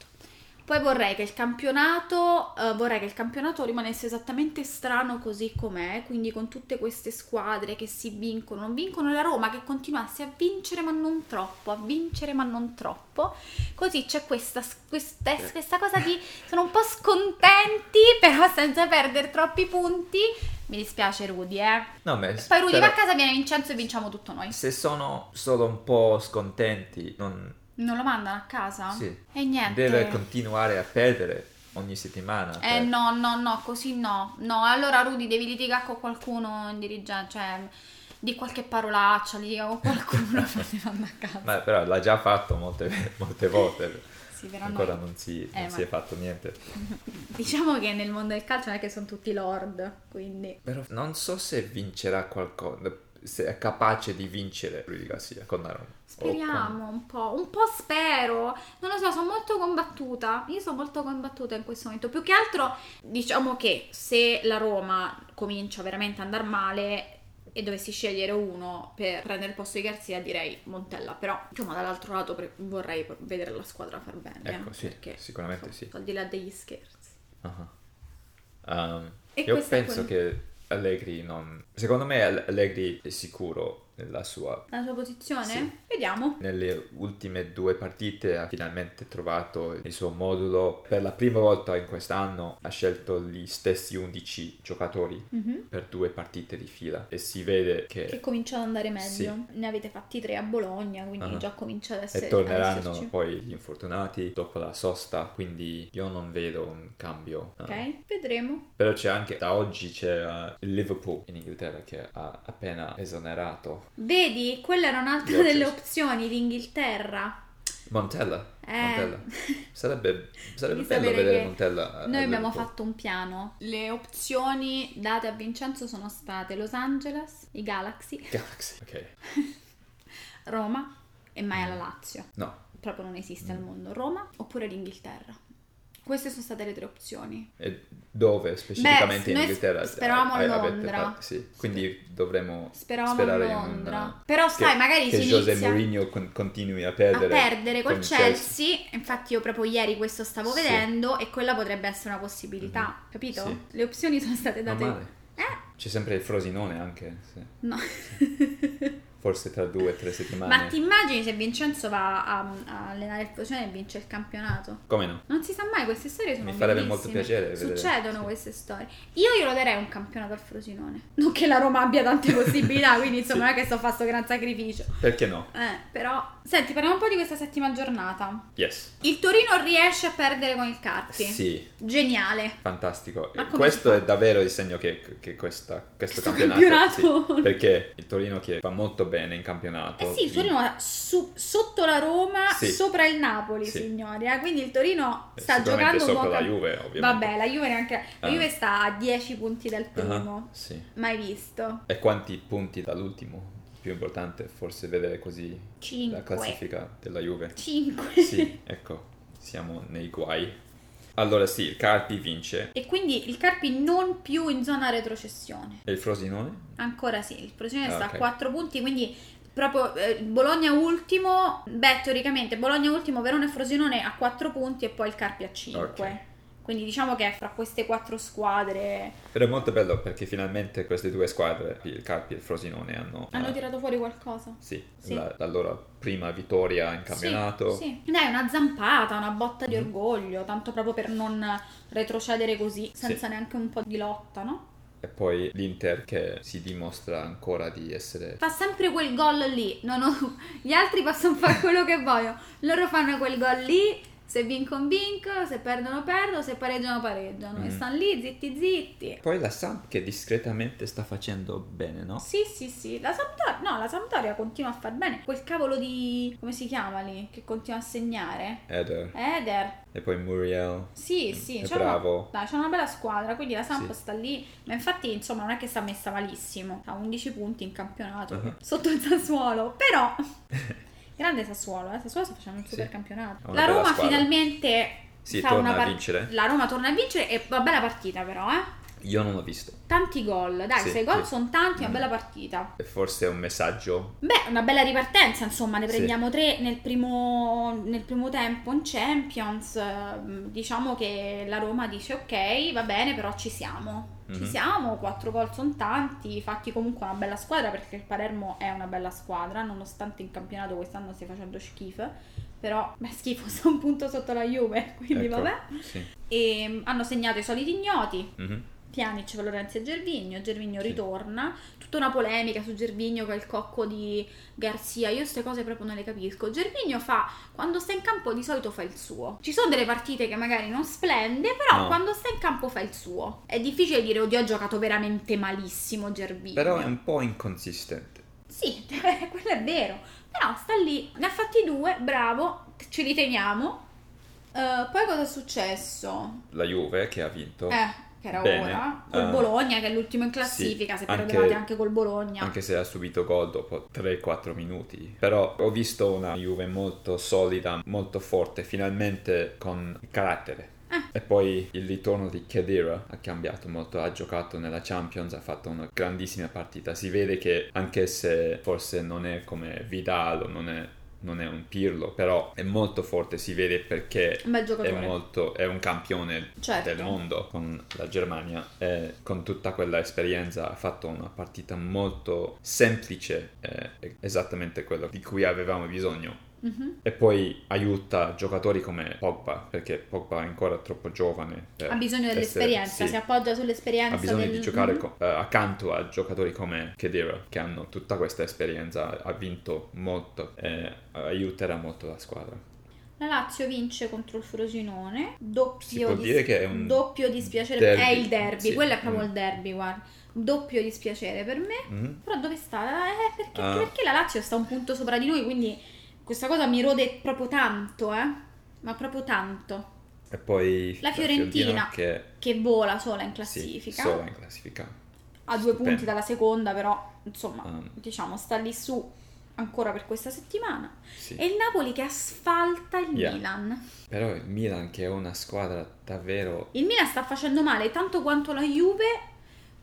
poi vorrei che il campionato eh, vorrei che il campionato rimanesse esattamente strano così com'è quindi con tutte queste squadre che si vincono non vincono la Roma che continuasse a vincere ma non troppo a vincere ma non troppo così c'è questa, questa, questa cosa di sono un po' scontenti però senza perdere troppi punti mi dispiace Rudy eh
No, ma-
poi Rudy
però
va a casa viene Vincenzo e vinciamo tutto noi
se sono solo un po' scontenti, non
non lo mandano a casa?
Sì.
E niente.
deve continuare a perdere ogni settimana. cioè,
Eh
per-
no, no, no, così no. No, allora Rudy devi litigare con qualcuno in dirigenza, cioè di qualche parolaccia, litiga con qualcuno e poi ti manda a casa.
Ma però l'ha già fatto molte, molte volte,
Sì, però no.
ancora non si,
Eh,
non si
ma-
è fatto niente.
Diciamo che nel mondo del calcio non è che sono tutti lord, quindi...
Però non so se vincerà qualcosa, se è capace di vincere Rudy Garcia con la Roma. O
Speriamo un po', un po' spero, non lo so, sono molto combattuta, io sono molto combattuta in questo momento, più che altro diciamo che se la Roma comincia veramente a andare male e dovessi scegliere uno per prendere il posto di Garzia direi Montella, però insomma dall'altro lato pre- vorrei vedere la squadra far bene,
con- Ecco,
eh,
sì,
perché
sicuramente sì.
al di là degli scherzi.
Ah. Um,
E
io
questa è
penso
quella-
che Allegri non... Secondo me Al- Allegri è sicuro nella sua...
La sua posizione?
Sì.
Vediamo.
Nelle ultime due partite ha finalmente trovato il suo modulo. Per la prima volta in quest'anno ha scelto gli stessi 11 giocatori
Mhm.
per due partite di fila e si vede
Che
che...
comincia ad andare meglio.
Sì.
Ne avete fatti tre a Bologna, quindi
Ah.
già comincia ad essere...
E
ad
torneranno
esserci.
poi gli infortunati dopo la sosta, quindi io non vedo un cambio. Ah.
Ok, vedremo.
Però c'è anche, da oggi c'è eh, il Liverpool in Inghilterra che ha appena esonerato
Vedi, quella era un'altra
Grazie.
delle opzioni, l'Inghilterra.
Montella.
Eh.
Montella. Sarebbe, sarebbe
Di
bello
sapere
vedere
che
Montella. eh, a- a
Noi abbiamo
Liverpool.
fatto un piano. Le opzioni date a Vincenzo sono state Los Angeles, i Galaxy,
Galaxy. Ok.
Roma e mai
Mm.
alla Lazio.
No.
Proprio non esiste al
Mm.
mondo. Roma oppure l'Inghilterra. Queste sono state le tre opzioni.
E dove specificamente in
noi
Inghilterra?
speravamo a
Eh, avete
Londra.
fatto- sì. Quindi dovremmo
Speravamo
sperare
a
in un-
Londra. Però sai,
che,
magari
che
si
José
inizia
Mourinho con- continui a
a
perdere.
perdere col
con il
Chelsea. Infatti io proprio ieri questo stavo
Sì. Mhm.
vedendo e quella potrebbe essere una possibilità. Capito?
Sì.
Le opzioni sono state
Non
date...
male.
Eh?
C'è sempre il Frosinone anche, sì.
No.
forse tra due o tre settimane.
Ma ti immagini se Vincenzo va a, a allenare il Frosinone e vince il campionato?
Come no?
Non si sa mai, queste storie sono
Mi farebbe molto
bellissime.
piacere vedere.
Succedono
Sì.
queste storie. Io glielo darei un campionato al Frosinone. Non che la Roma abbia tante possibilità, quindi insomma
Sì.
non è che sto facendo gran sacrificio.
Perché no?
Eh, però... Senti, parliamo un po' di questa settima giornata.
Yes.
Il Torino riesce a perdere con il Carpi.
Sì,
Geniale.
fantastico.
Ma
E
come
Questo
si
è davvero il segno che, che questa- questo,
Questo
campionato... sì.
campionato.
Perché il Torino che va molto bene in campionato.
Eh sì, il Torino è su- sotto la Roma,
Sì.
sopra il Napoli,
Sì.
signori. eh. Quindi il Torino
è
sta
sicuramente
giocando un
sopra
buon
la
camp-
Juve, ovviamente.
Vabbè, la Juve neanche. La
Ah.
Juve sta a 10 punti dal primo.
Ah, sì.
Mai visto.
E quanti punti dall'ultimo? Più importante forse vedere così la
5.
classifica della Juve.
5.
Sì, ecco, siamo nei guai. Allora sì, il Carpi vince.
E quindi il Carpi non più in zona retrocessione.
E il Frosinone?
Ancora sì, il Frosinone
Ah,
sta
ok.
a 4 punti, quindi proprio eh, Bologna ultimo, beh teoricamente Bologna ultimo, Verona e Frosinone a 4 punti e poi il Carpi a 5.
Ok.
Quindi diciamo che è fra queste quattro squadre
Ed è molto bello perché finalmente queste due squadre, il Carpi e il Frosinone, hanno,
Hanno
eh,
tirato fuori qualcosa.
sì,
Sì.
La, la loro prima vittoria in campionato.
Sì, sì. Dai, una zampata, una botta di
Mhm.
orgoglio, tanto proprio per non retrocedere così, senza neanche un po' di lotta, no?
E poi l'Inter che si dimostra ancora di essere...
Fa sempre quel gol lì, non ho- gli altri possono fare quello che vogliono, loro fanno quel gol lì, se vincono vincono, se perdono perdono, se pareggiano pareggiano, e
Mhm.
stanno lì zitti zitti.
Poi la Samp che discretamente sta facendo bene, no?
Sì, sì, sì, la Sampdoria, no, la Sampdoria continua a far bene, quel cavolo di, come si chiama lì, che continua a segnare? Eh,
Eder.
Eder,
E poi Muriel.
sì, sì,
Mm, è
c'è una-
bravo.
Dai, c'è una bella squadra, quindi la Samp
Sì.
sta lì, ma infatti insomma non è che sta messa malissimo, ha 11 punti in campionato,
Uh-huh.
sotto il Sassuolo, però grande Sassuolo, eh? Sassuolo sta facendo un
Sì.
super campionato.
Ha una
La
bella
Roma
squadra.
finalmente
Sì,
fa
torna
una
a
par-
vincere.
La Roma torna a vincere e una bella partita però, eh?
Io non l'ho visto.
Tanti gol, dai,
Sì,
sei gol
sì.
sono tanti, una
Mm.
bella partita.
E forse è un messaggio.
Beh, una bella ripartenza, insomma, ne
Sì.
prendiamo tre nel primo, nel primo tempo in Champions. ehm, Diciamo che la Roma dice ok, va bene, però ci siamo. Ci
Mhm.
siamo, quattro gol sono tanti, fatti comunque una bella squadra perché il Palermo è una bella squadra, nonostante in campionato quest'anno stia facendo schifo. Però, beh, schifo, sta un punto sotto la Juve, quindi
Ecco,
vabbè.
Sì.
E mm, hanno segnato i soliti ignoti,
Mhm.
Pjanic, Lorenzi e Gervigno, Gervigno
Sì.
ritorna, tutta una polemica su Gervigno che è il cocco di Garzia, io queste cose proprio non le capisco. Gervigno fa, quando sta in campo di solito fa il suo. Ci sono delle partite che magari non splende, però
No.
quando sta in campo fa il suo. È difficile dire, oddio, ha giocato veramente malissimo Gervigno.
Però è un po' inconsistente.
Sì, quello è vero, però sta lì, ne ha fatti due, bravo, ce li teniamo. Eh, poi cosa è successo?
La Juve che ha vinto,
Eh, che era
ecco. Bene.
ora. Col
Eh,
Bologna, che è l'ultimo in classifica,
sì,
se
anche-
perdevate anche col Bologna.
anche se ha subito gol dopo 3-4 minuti. Però ho visto una Juve molto solida, molto forte, finalmente con carattere.
Ah.
E poi il ritorno di Khedira ha cambiato molto, ha giocato nella Champions, ha fatto una grandissima partita. Si vede che anche se forse non è come Vidal o non è, non è un Pirlo, però è molto forte, si vede perché
Un bel
è
giocatore.
molto è un campione
Certo.
del mondo con la Germania e con tutta quella esperienza ha fatto una partita molto semplice eh, è esattamente quello di cui avevamo bisogno
Mhm.
e poi aiuta giocatori come Pogba perché Pogba è ancora troppo giovane per
Ha
eh,
bisogno
essere-
dell'esperienza,
sì,
si appoggia sull'esperienza.
ha bisogno di
del-
giocare
Mhm.
co- eh, accanto a giocatori come Khedira che hanno tutta questa esperienza ha vinto molto e aiuterà molto la squadra
La Lazio vince contro il Frosinone. Doppio,
si può
dis-
dire che è un
doppio dispiacere.
derby.
È il derby,
Sì.
quello è proprio
Mm.
il derby, guarda. Doppio dispiacere per me.
Mhm.
Però dove sta? Eh, perché,
Ah.
perché la Lazio sta un punto sopra di noi, quindi Questa cosa mi rode proprio tanto, eh? Ma proprio tanto.
E poi
La Fiorentina.
che
Che vola sola in
sì,
classifica.
solo in classifica.
a due
Stupendo.
punti dalla seconda, però insomma,
Ah,
diciamo, sta lì su ancora per questa settimana.
sì.
E il Napoli che asfalta il
Yeah.
Milan.
Però il Milan che è una squadra davvero...
Il Milan sta facendo male tanto quanto la Juve,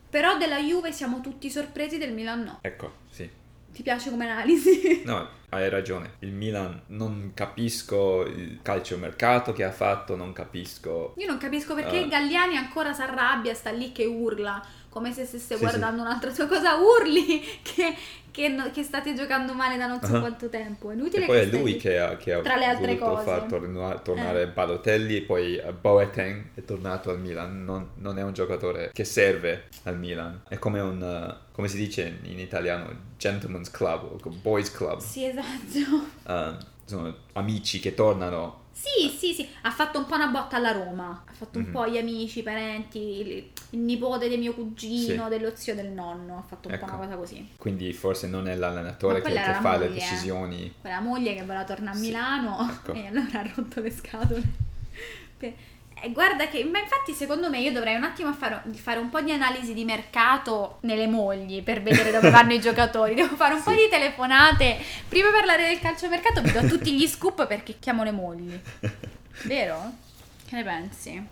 però della Juve siamo tutti sorpresi, del Milan no.
Ecco, sì.
Ti piace come analisi?
No, hai ragione. Il Milan non capisco il calciomercato che ha fatto, non capisco...
Io non capisco perché
Ah.
Galliani ancora si arrabbia, sta lì che urla, come se stesse
Sì,
guardando un'altra sua cosa, urli che, che no- che state giocando male da non so
Ah.
quanto tempo. È inutile
E poi è
stai
lui
lì.
che ha, che ha
Tra le altre
voluto
cose. Eh.
far torna- tornare Balotelli, poi eh, Boateng è tornato al Milan, non, non è un giocatore che serve al Milan, è come un, eh, come si dice in italiano, gentleman's club, o boys club,
Sì, esatto.
Eh, sono amici che tornano,
Sì, sì, sì, ha fatto un po' una botta alla Roma, ha fatto un
Mhm.
po' gli amici, i parenti, il, il nipote del mio cugino,
Sì.
dello zio del nonno, ha fatto un po'
Ecco.
una cosa così.
quindi forse non è
Ma
l'allenatore che,
quella era
che
la
fa le
moglie, eh.
decisioni.
Quella moglie che voleva tornare a
Sì,
Milano
ecco.
e allora ha rotto le scatole. Per- E guarda che, ma infatti secondo me io dovrei un attimo fare, fare un po' di analisi di mercato nelle mogli per vedere dove vanno i giocatori, devo fare un po'
Sì.
di telefonate, prima di parlare del calciomercato vi do tutti gli scoop perché chiamo le mogli. Vero? Che ne pensi?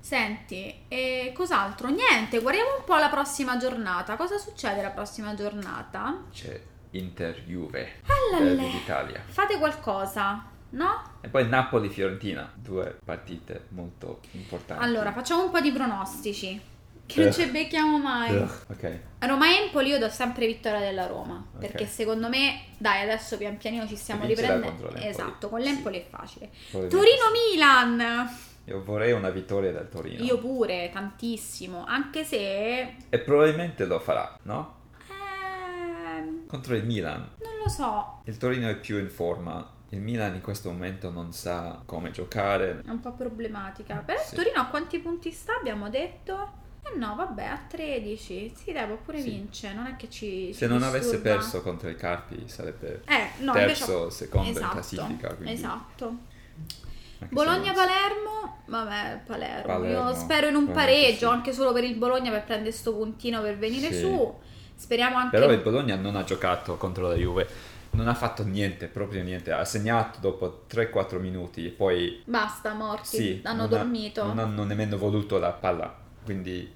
Senti, e cos'altro? Niente, guardiamo un po' la prossima giornata. Cosa succede la prossima giornata?
C'è Inter Juve
Allale.
d'Italia.
Fate qualcosa, no?
E poi Napoli-Fiorentina, due partite molto importanti.
Allora, facciamo un po' di pronostici. Che non
Eh.
ci becchiamo mai.
Ugh, Ok,
Roma-Empoli io do sempre vittoria della Roma.
Ok.
Perché secondo me, dai, adesso pian pianino ci stiamo
Si vincerà
riprendendo.
contro l'Empoli.
Esatto, con l'Empoli è facile.
probabilmente
Torino-Milan.
sì. Io vorrei una vittoria del Torino.
Io pure, tantissimo. Anche se...
E probabilmente lo farà, no?
ehm,
Contro il Milan.
Non lo so,
Il Torino è più in forma. Il Milan in questo momento non sa come giocare.
è un po' problematica. Però
Sì.
Torino a quanti punti sta abbiamo detto? Eh no, vabbè, a 13. Sì, dai, può pure
Sì.
vince, non è che ci...
Se
ci
non avesse
disturba.
perso contro il Carpi sarebbe
Eh, no,
terzo
invece...
o secondo in
esatto,
classifica. Quindi
Esatto.
anche se non-
Bologna-Palermo, vabbè, Palermo.
Palermo,
Io spero in un
veramente
pareggio,
sì.
anche solo per il Bologna, per prendere sto puntino per venire
Sì.
su. Speriamo anche...
Però il Bologna non ha giocato contro la Juve. Non ha fatto niente, proprio niente. Ha segnato dopo 3-4 minuti e poi...
Basta, morti,
Sì,
hanno
non ha-
dormito.
non hanno nemmeno voluto la palla. Quindi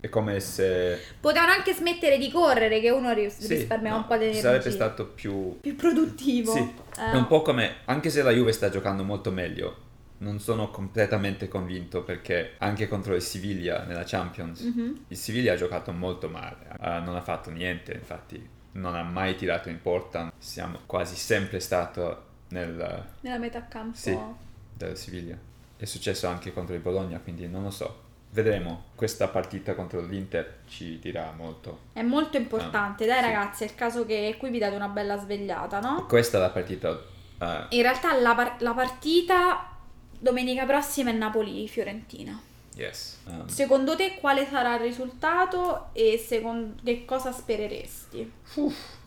è come se...
Potevano anche smettere di correre, che uno ris-
Sì,
risparmiava
no,
un po' di energia.
Sarebbe stato più...
più produttivo.
Sì,
Eh,
è un po' come... Anche se la Juve sta giocando molto meglio, non sono completamente convinto perché anche contro il Siviglia nella Champions,
mhm.
il Siviglia ha giocato molto male, eh, non ha fatto niente, infatti non ha mai tirato in porta, siamo quasi sempre stato nel
Nella metà campo.
Sì. del Siviglia. È successo anche contro il Bologna, quindi non lo so. Vedremo, questa partita contro l'Inter ci dirà molto.
È molto importante. Dai
Sì.
ragazzi, è il caso che qui vi date una bella svegliata, no?
Questa è la partita eh,
In realtà la, par- la partita domenica prossima è Napoli-Fiorentina.
Yes. Um,
Secondo te quale sarà il risultato e secondo che cosa spereresti?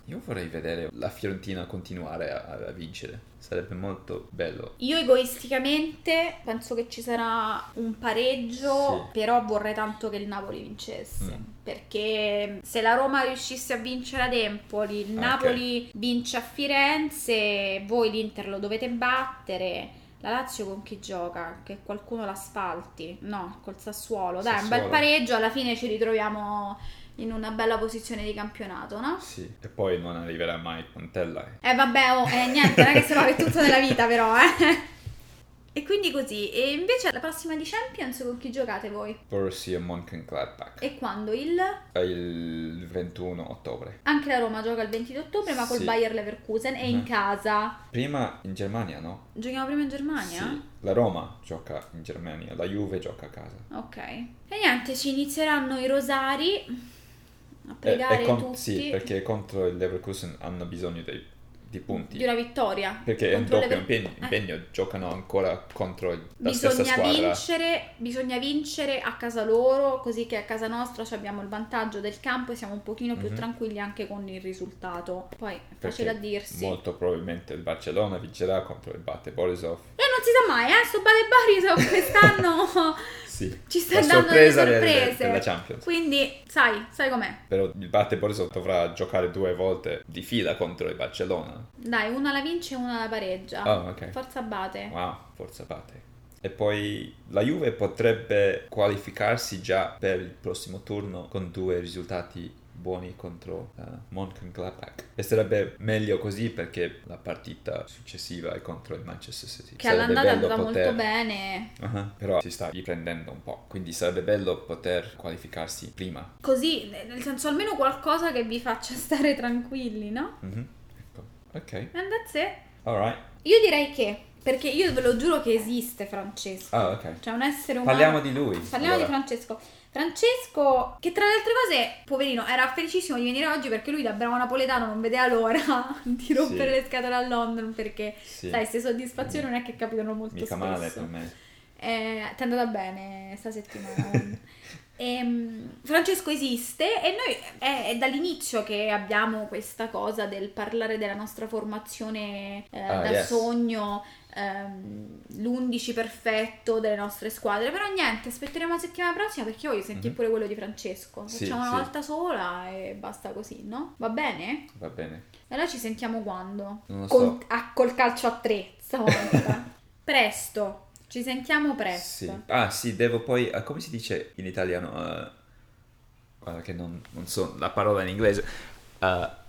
io vorrei vedere la Fiorentina continuare a, a vincere. Sarebbe molto bello.
Io egoisticamente penso che ci sarà un pareggio,
Sì.
però vorrei tanto che il Napoli vincesse.
Mm.
Perché se la Roma riuscisse a vincere ad Empoli, il
Ah,
Napoli vince a Firenze, voi l'Inter lo dovete battere. La Lazio con chi gioca? Che qualcuno l'asfalti? No, col Sassuolo. Dai, un
Sassuolo.
bel pareggio, alla fine ci ritroviamo in una bella posizione di campionato, no?
Sì. E poi non arriverà mai Pontella. eh.
Eh vabbè, oh, eh, niente, non è che se lo è tutto nella vita però, eh. E quindi così, e invece la prossima di Champions con chi giocate voi?
Borussia Mönchengladbach.
E quando il...
È Il 21 ottobre.
Anche la Roma gioca il 22 ottobre ma col
Sì.
Bayer Leverkusen e in
Mhm.
casa.
Prima in Germania, no?
Giochiamo prima in Germania?
Sì. La Roma gioca in Germania, la Juve gioca a casa.
Ok. E niente, ci inizieranno i rosari a
E-
pregare
Eh, e con-
tutti.
Sì, perché contro il Leverkusen hanno bisogno dei di punti.
di una vittoria.
Perché è un
contro le
doppio
ver-
impegno,
eh.
impegno, giocano ancora contro la stessa
Bisogna
squadra.
vincere, bisogna vincere a casa loro, così che a casa nostra ci abbiamo il vantaggio del campo e siamo un pochino più
Mhm.
tranquilli anche con il risultato. Poi è
Perché
facile a dirsi.
Molto probabilmente il Barcellona vincerà contro il Bate Borisov.
E non si sa mai, eh, sto Bale Borisov quest'anno
Sì.
ci sta
La
dando delle
sorpresa del- del-
sorprese.
della Champions.
Quindi, sai, sai com'è.
Però il Bate Borisov dovrà giocare due volte di fila contro il Barcellona.
Dai, una la vince e una la pareggia.
Ah, ok.
Forza Bate.
Wow, Ah, forza Bate. E poi la Juve potrebbe qualificarsi già per il prossimo turno con due risultati buoni contro eh, Mönchengladbach. E sarebbe meglio così perché la partita successiva è contro il Manchester City.
Che
Sarebbe
all'andata è
bello
andata molto
poter-
bene.
Ah, Però si sta riprendendo un po', quindi sarebbe bello poter qualificarsi prima.
Così, nel senso almeno qualcosa che vi faccia stare tranquilli, no?
Mhm, ecco. Ok,
And that's it.
alright.
Io direi che, perché io ve lo giuro che esiste Francesco.
Ah, ok.
Cioè un essere umano.
Parliamo di lui.
Parliamo di
allora.
Francesco. Francesco, che tra le altre cose, poverino, era felicissimo di venire oggi perché lui da bravo napoletano non vedeva l'ora di rompere
Sì.
le scatole a London perché,
Sì.
sai, queste soddisfazioni non è che capitano molto
Mica
spesso.
male per me.
Eh, ti è andata bene sta settimana. Ehm, Francesco esiste e noi è, è dall'inizio che abbiamo questa cosa del parlare della nostra formazione eh,
Ah,
da
yes.
sogno, l'11 perfetto delle nostre squadre. Però niente, aspetteremo la settimana prossima perché io voglio sentire
Mhm.
pure quello di Francesco.
Sì,
Facciamo una
sì.
volta sola e basta così, no? Va bene?
Va bene.
E allora ci sentiamo quando?
Non lo
Col,
so.
a- col calcio a tre stavolta. presto, ci sentiamo presto.
Sì. Ah, sì, devo poi. ah, come si dice in italiano? Eh, guarda, che non, non so la parola in inglese. Eh,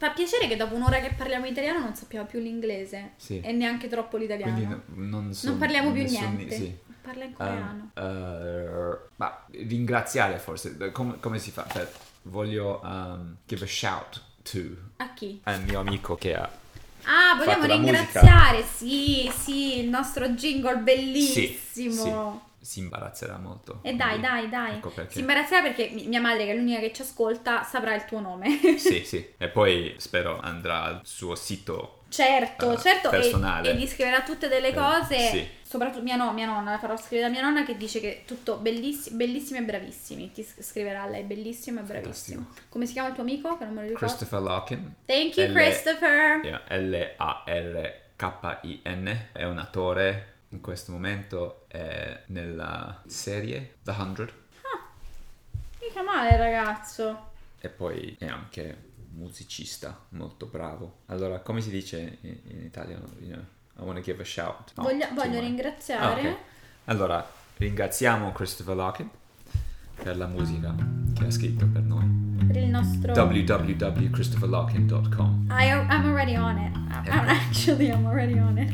Fa piacere che dopo un'ora che parliamo italiano non sappiamo più l'inglese
Sì.
e neanche troppo l'italiano.
quindi no- non so.
non parliamo più
nessun-
niente.
Sì.
Parla in
Um,
coreano.
eh, ma ringraziare forse. eh, Come, come si fa? Aspetta, voglio um, give a shout to
A chi?
al mio amico che ha.
Ah, vogliamo
la
ringraziare. Sì, sì, il nostro jingle bellissimo.
Si imbarazzerà molto.
E dai,
quindi-
dai, dai.
Ecco perché.
Si imbarazzerà perché mi- mia madre, che è l'unica che ci ascolta, saprà il tuo nome.
sì, sì. E poi spero andrà al suo sito.
Certo,
Eh,
certo, e,
personale.
e gli scriverà tutte delle
Eh,
cose,
sì.
soprattutto mia, no- mia nonna, la farò scrivere da mia nonna che dice che tutto bellissi- bellissimi e bravissimi, ti s- scriverà lei bellissimo e bravissimo. Come si chiama il tuo amico? Che non me lo ricordo.
Christopher Larkin.
Thank you
L-
Christopher.
Yeah, L-A-R-K-I-N è un attore in questo momento è nella serie The 100
Mica male ragazzo.
e poi è anche musicista molto bravo. Allora, come si dice in, in italiano? You know, I want to give a shout. out
voglio
to
voglio
my-
ringraziare.
Ah, ok. Allora, ringraziamo Christopher Larkin per la musica che ha scritto per noi.
Per il nostro...
www.christopherlarkin.com
I, I'm already on it. I'm
Ecco.
actually I'm already on it.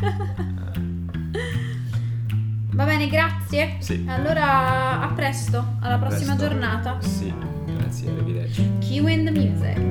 Va bene, grazie.
Sì.
Allora, a presto, alla prossima
Presto.
giornata.
Sì, grazie, arrivederci.
Cue in the music.